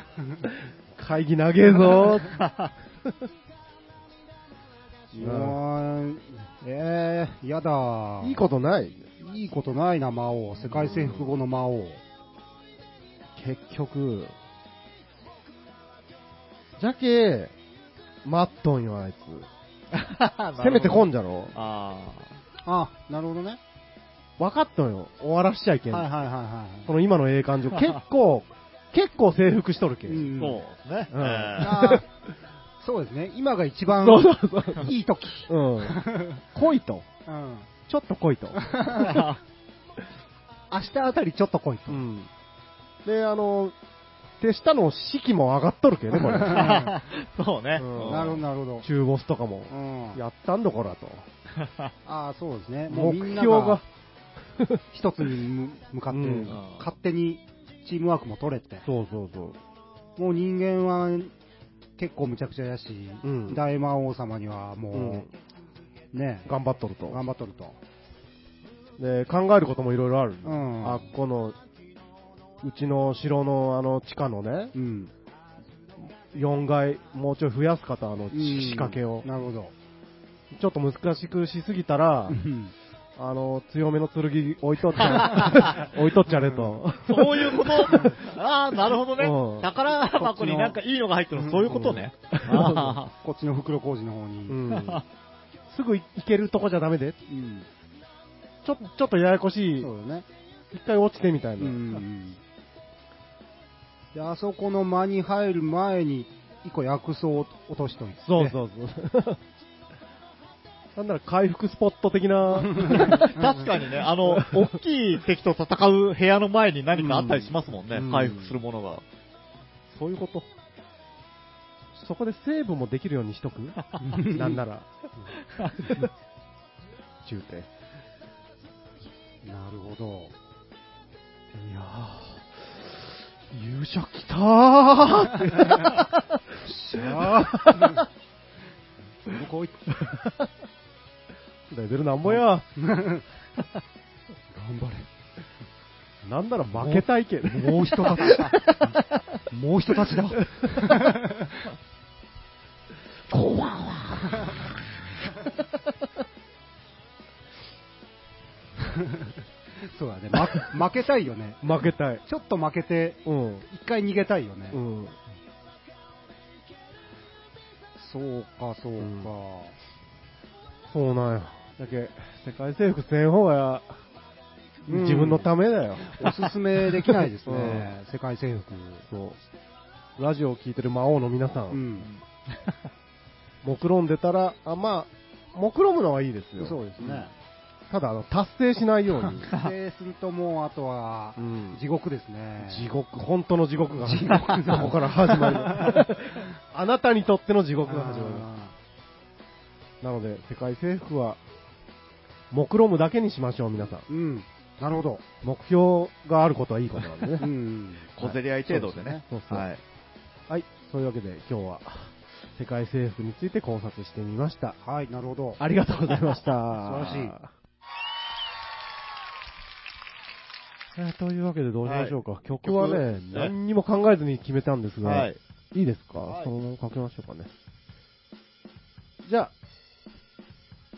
会議投げ ぞ。うわーえー、やだ。いいことない。いいことないな、魔王。世界征服後の魔王。結局。じゃけ、待っとんよ、あいつ。 せめてこんじゃろ。ああ、なるほどね。分かっとんよ。終わらしちゃいけん。はいはいはいはいこはの今のええ 感情、結構、結構征服しとるけ。い。あ、んそうですね。うえんーあーそうですね。今が一番そうそうそう。いい時。うん。 来いと。 うんちょっと来い と。 明日あたりちょっと来いと。うん。で、あの、手下の士気も上がっとるけどね、こ れ。そうね。うんなるほど、なるほど。中ボスとかも。うん、やったんどこらと。ああ、そうですね。もう目みん標ながが。一つにむ向かって、うん勝手にチームワークも取れて、そうそうそう。もう人間は結構むちゃくちゃやし、うん大魔王様にはうもん。う、ね、頑張っとると。頑張っとると。で、考えることもいろいろある。うんあっこの、うちの城のあの地下のね、うん。 4階、もうちょい増やす方、あの仕掛けをうん。なるほど。ちょっと難しくしすぎたら、あの、強めの剣置いとっちゃ、 置いとっちゃれと。そういうこと。ああ、なるほどうねん。宝箱になんかいいのが入ってるの、そういうことね。あこっちの袋小路の方に。うん。すぐ行けるとこじゃダメで。うんちょ、ちょっとややこしい。そうだね。一回落ちてみたいな。うん。で、あそこの間に入る前に、一個薬草を落としといて。そうそう そう。なんなら回復スポット的 な。ー確かにね、あの、大きい敵と戦う部屋の前に何かあったりしますもんねうん、回復するものが。そういうこと。そこでセーブもできるようにし とくなんなら。中帝。なるほど。いやー、勇者来たーって。しゃ向こう行っ ー。レベルなんぼや。頑張れ。なんなら負けたいけど。もう一立ちだ。もう一立ちだ。 そうだね、ま負けたいよね。負けたい。ちょっと負けて、うん。一回逃げたいよね。うん。そうか、そううか。んそうなんや。だけ、世界征服せん方が、うん自分のためだよ。おすすめできないですね、う世界征服。そう。ラジオを聞いてる魔王の皆さん、うん、目論んでたら、あ、まあ、目論むのはいいですよ。そうですね。ただ、あの、達成しないように。で、するとも う、あとはう、ん地獄ですね。地獄、本当の地獄が、地獄 がここから始ま る。あなたにとっての地獄が始まある。なので、世界征服は、目論むだけにしましょう、皆さん。ーうん。なるほど。目標があることはいいことなんでねう。ん。小競り合い程度でね。そうですねはい。はい、そういうわけで今日は世界征服について考察してみました。はい、なるほど。ありがとうございました。素晴らしい。というわけでどうしましょうか。曲はね、曲何にも考えずに決めたんですが、はいい、。いですか、はいそのままかけましょうかね。じゃあ、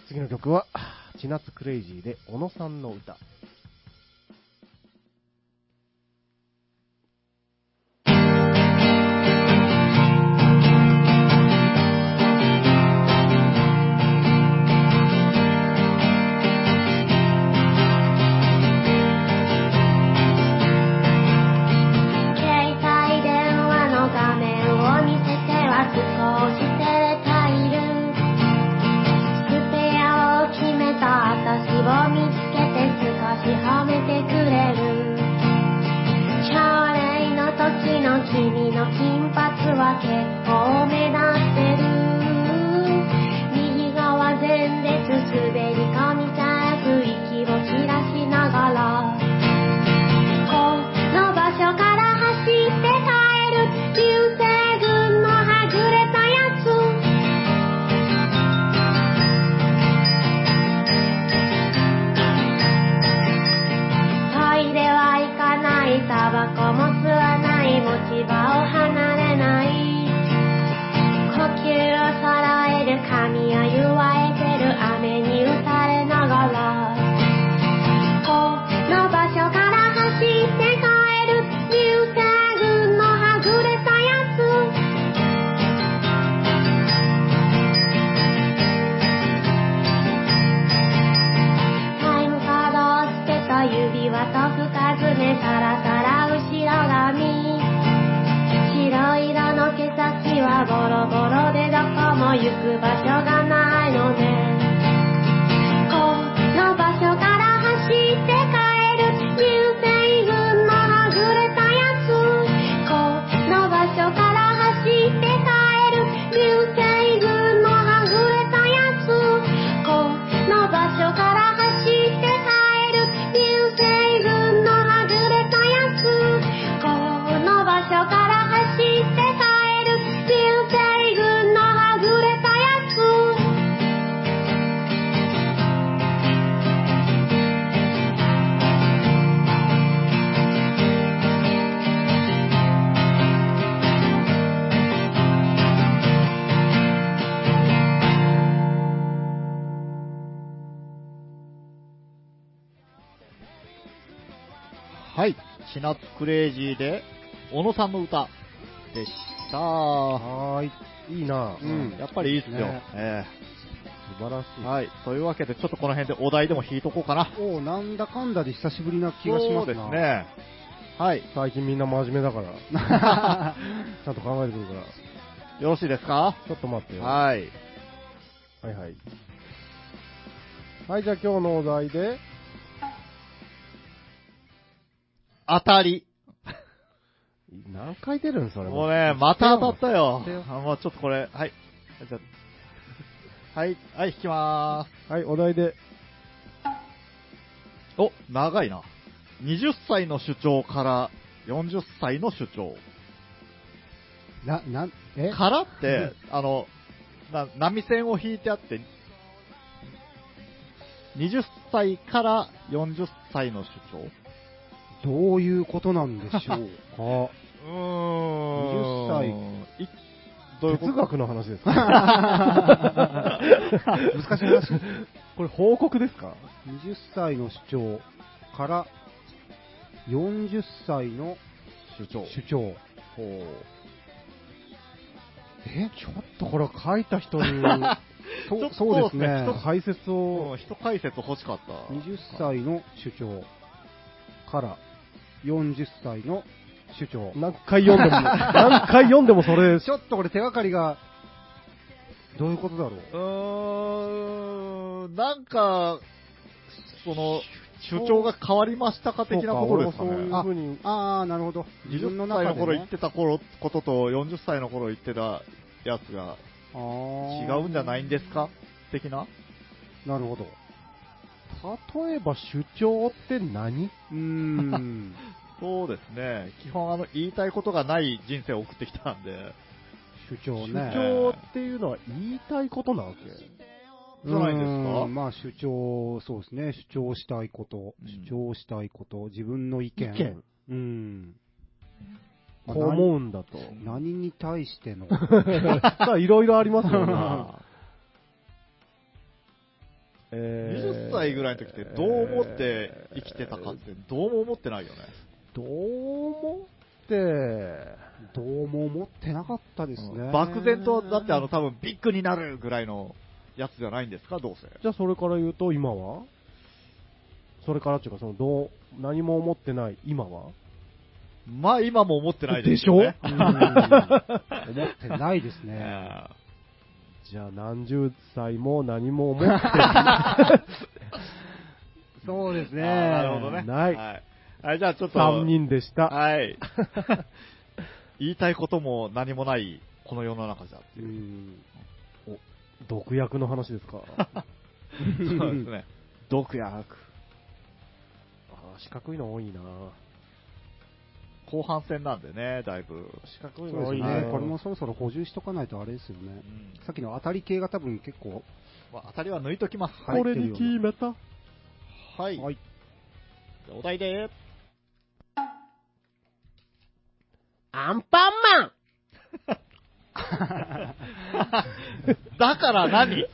次の曲は、千夏クレイジーで、小野さんの歌。携帯電話の画面を見せては少し照れたいるスペアを決めた私を見つけて少し褒めてくれる朝礼の時の君の金髪は結構目立ってる右側前列滑り込みたい息を散らしながらこの場所から走って帰る流星群のはぐれたやつトイレは行かないタバコも吸わない持ち場を離れない呼吸を揃える髪を湯わえてる雨に打たれながらこの場所から走って帰る流星群のはぐれたやつタイムカードをつけた指は解く数ねさらさら後ろ髪白色の毛先はボロボロでどこも行く場所がないのねこの場所から走って帰る流星群のはぐれたやつこの場所から走って帰る流星群のはぐれたやつこの場所から走って帰る流星群のはぐれたやつこの場所から走って帰る流星群のはぐれたやつはい。千夏クレイジーで、小野さんの歌でした。はーい。いいなぁ、うんやっぱりいいっすよ。ねえ素晴らしえい。はい。というわけで、ちょっとこの辺でお題でも引いとこうかな。おーなんだかんだで久しぶりな気がしますな。そうです。ね。はい。最近みんな真面目だから、ち ゃんと考えてくるから、よろしいですかちょっと待ってよ。ははい。いはい。はい、じゃあ今日のお題で、当たり。い何回出るんそれもうね、また当たったよ知ってよ。あもうちょっとこれ、はい。じゃあはい、はい、引きまはいお題でーす。お、長いな。20歳の主張から40歳の主張。な、なん、えからって、あの、な波線を引いてあって、20歳から40歳の主どういうことなんでしょう 張。うーん。20歳。いどういうこ哲と学の話です かか難しい話。 これ報告ですか20歳の主張から40歳の主張。主張。ほえちょっとこれ書いた人にちょっそとそうですね。そうですね解説うをうん人解説欲しかった。 20歳の主張から40歳の主張。何回読んで も何回読んでもそれちょっとこれ手がかりが、どういうことだろううーん、なんか、その、主張が変わりましたか的なことですかね。そうか俺もそういうふうにああ、なるほど。自分の20歳中ので、頃言っね。てた頃ことと40歳の頃言ってたやつがあー違うんじゃないんですか的ななるほど。例えば主張って何うーん。そうですね。基本あの言いたいことがない人生を送ってきたんで、主張主ね。張っていうのは言いたいことなわけじゃないですかうーんまあ主張、そうですね。主張したいことうん、主張したいこと、自分の意見。意 見うん。まあこう思うんだと何に対して の。まあいろいろありますよね20歳ぐらいの時ってどう思って生きてたかってどうも思ってないよね。どう思ってどうも思ってなかったですね。漠然と、だってあの多分ビッグになるぐらいのやつじゃないんですか、どうせ。じゃあそれから言うと今はそれからっていうかそのどう何も思ってない今はまあ今も思ってないですよね。うん思ってないです ね。ええじゃあ何十歳も何も思って そうですね。あーなるほどね。ないはい。はい、じゃあちょっと。 3人でしたはい。 言いたいことも何もない、この世の中じゃってういう。ん。毒薬の話ですかそうですね。毒薬あー四角いの多いな後半戦なんでね、だいぶ。四角いそうの多でいすなね。これもそろそろ補充しとかないとあれですよう。ねんさっきの当たり系が多分結構まあ、当たりは抜いときます。入こってれるによ決めたはい。はいじゃあお題でアンパンマンー だから何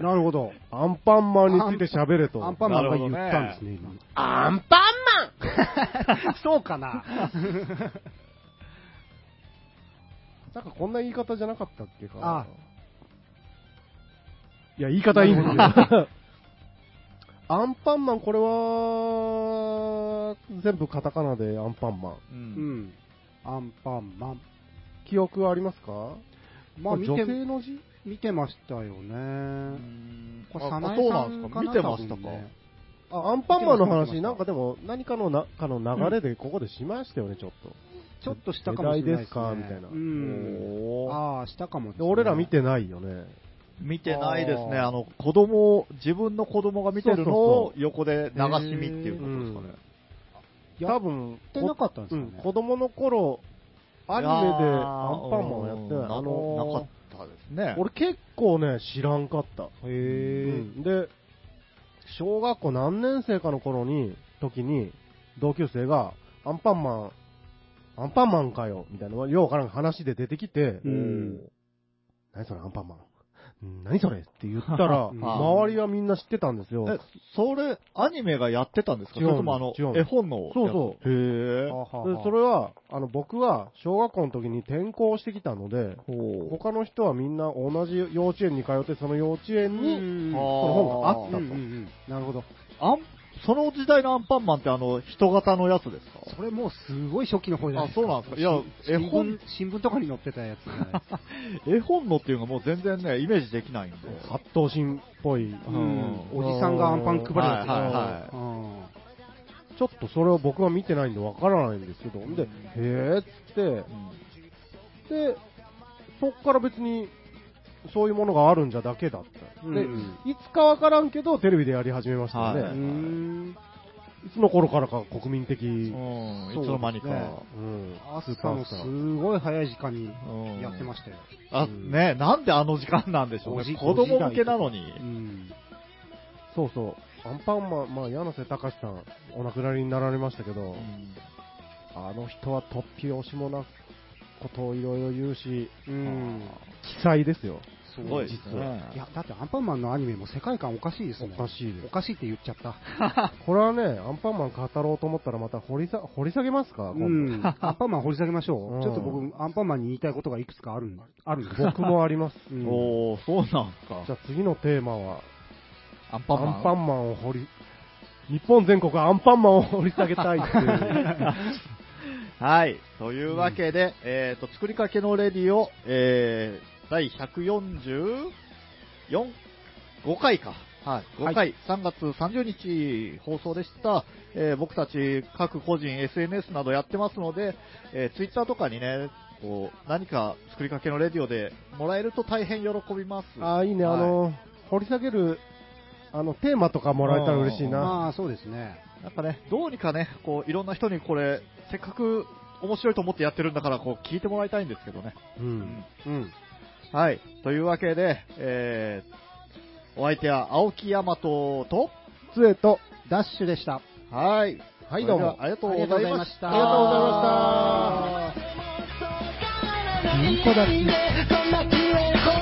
なるほど。アンパンマンについて喋れとアンパンマンが言ったんですね、今。アンパンマン そうかな。なんかこんな言い方じゃなかったっけかあいや言い方いいんですよアンパンマンこれは全部カタカナでアンパンマンう。うんん。アンパンマン。記憶ありますかまあ見これて女、性の字見てましたようね。んこあれ、サナエそうさなんでんすかかな見てました多か、分ねあアンパンマンの見てまし話たなんかでも何かのなかの流れでここでしましたよねちょっと、ちょっとしたかもしれないですね。世代ですかみたいなうん。おーああ、したかもですでね。俺ら見てないよね見てないですね。あーあの、子供、自分の子供が見てるのをそうそう横で流し見っていうことですかね。や多分やっやってなかったんですよね子供の頃アニメでアンパンマンをやってないなあのなかったですね。俺結構ね知らんかったへうえ。んで小学校何年生かの頃に時に同級生がアンパンマンアンパンマンかよみたいなようわからん話で出てきて、うん何それアンパンマン何それって言ったら うん周りはみんな知ってたんですよえ、それ、アニメがやってたんですか違うそのれともあの違う、の絵本のやつ。そうそうへぇー。はあはあではあそれはあの僕は小学校の時に転校してきたのでほ他の人はみんな同じ幼稚園に通ってその幼稚園うにんう。その本があったうとんうんうんなるほど。あん、その時代のアンパンマンってあの、人型のやつですかそれもうすごい初期の方じゃあないで、すそうか。なんですかいや、絵新聞本、新聞とかに載ってたやつじゃないですか。絵本のっていうのがもう全然ね、イメージできないんで。八頭身っぽい、うんおじさんがアンパン配るやつはいはいはいうんちょっとそれを僕は見てないんでわからないんですけど、んで、へえっつって、で、そっから別に、そういうものがあるんじゃだけだった。うんで、いつかわからんけど、テレビでやり始めましたよね。はいいうんつの頃からか国民的、うんうん、いつの間にか。スー朝パのーすスター。ごい早い時間にうんやってましたよ。あ、ねなんであの時間なんでしょう5時ね。子供向けなのに。うん。そうそう。アンパンマン、まあ、柳瀬隆さん、お亡くなりになられましたけど、うんあの人は突飛押しもなことをいろいろ言うし、うん。奇才ですよ。すごいです実はね。いや、だってアンパンマンのアニメも世界観おかしいですね。おかしいですおかしいって言っちゃった。これはね、アンパンマン語ろうと思ったらまた掘りさ掘り下げますか、う今度ん。アンパンマン掘り下げましょう。うんちょっと僕、アンパンマンに言いたいことがいくつかあるんあるんです。僕もあります。うんおー、そうなんすじゃか。あ次のテーマは、アンパンマン。アンパンマンを掘り、日本全国アンパンマンを掘り下げたいって いう。はい。というわけで、えっ、と、作りかけのレディを、えー、第144、5回か。はい。5回、3月30日放送でした。えー僕たち各個人 SNS などやってますので、えー、Twitter とかにね、こう、何か作りかけのレディオでもらえると大変喜びます。ああ、いいね、あの、掘り下げる、あの、テーマとかもらえたら嬉しいな。 まあ、そうですね。なんかね、どうにかね、こう、いろんな人にこれ、せっかく面白いと思ってやってるんだから、こう、聞いてもらいたいんですけどね。うん。うん。はい。というわけで、えー、お相手は青木大和と、杖と、ダッシュでした。はい。はい、どうもそ。れではありがとうございました。ありがとうござありがとうごいましたざいました。いい子だし。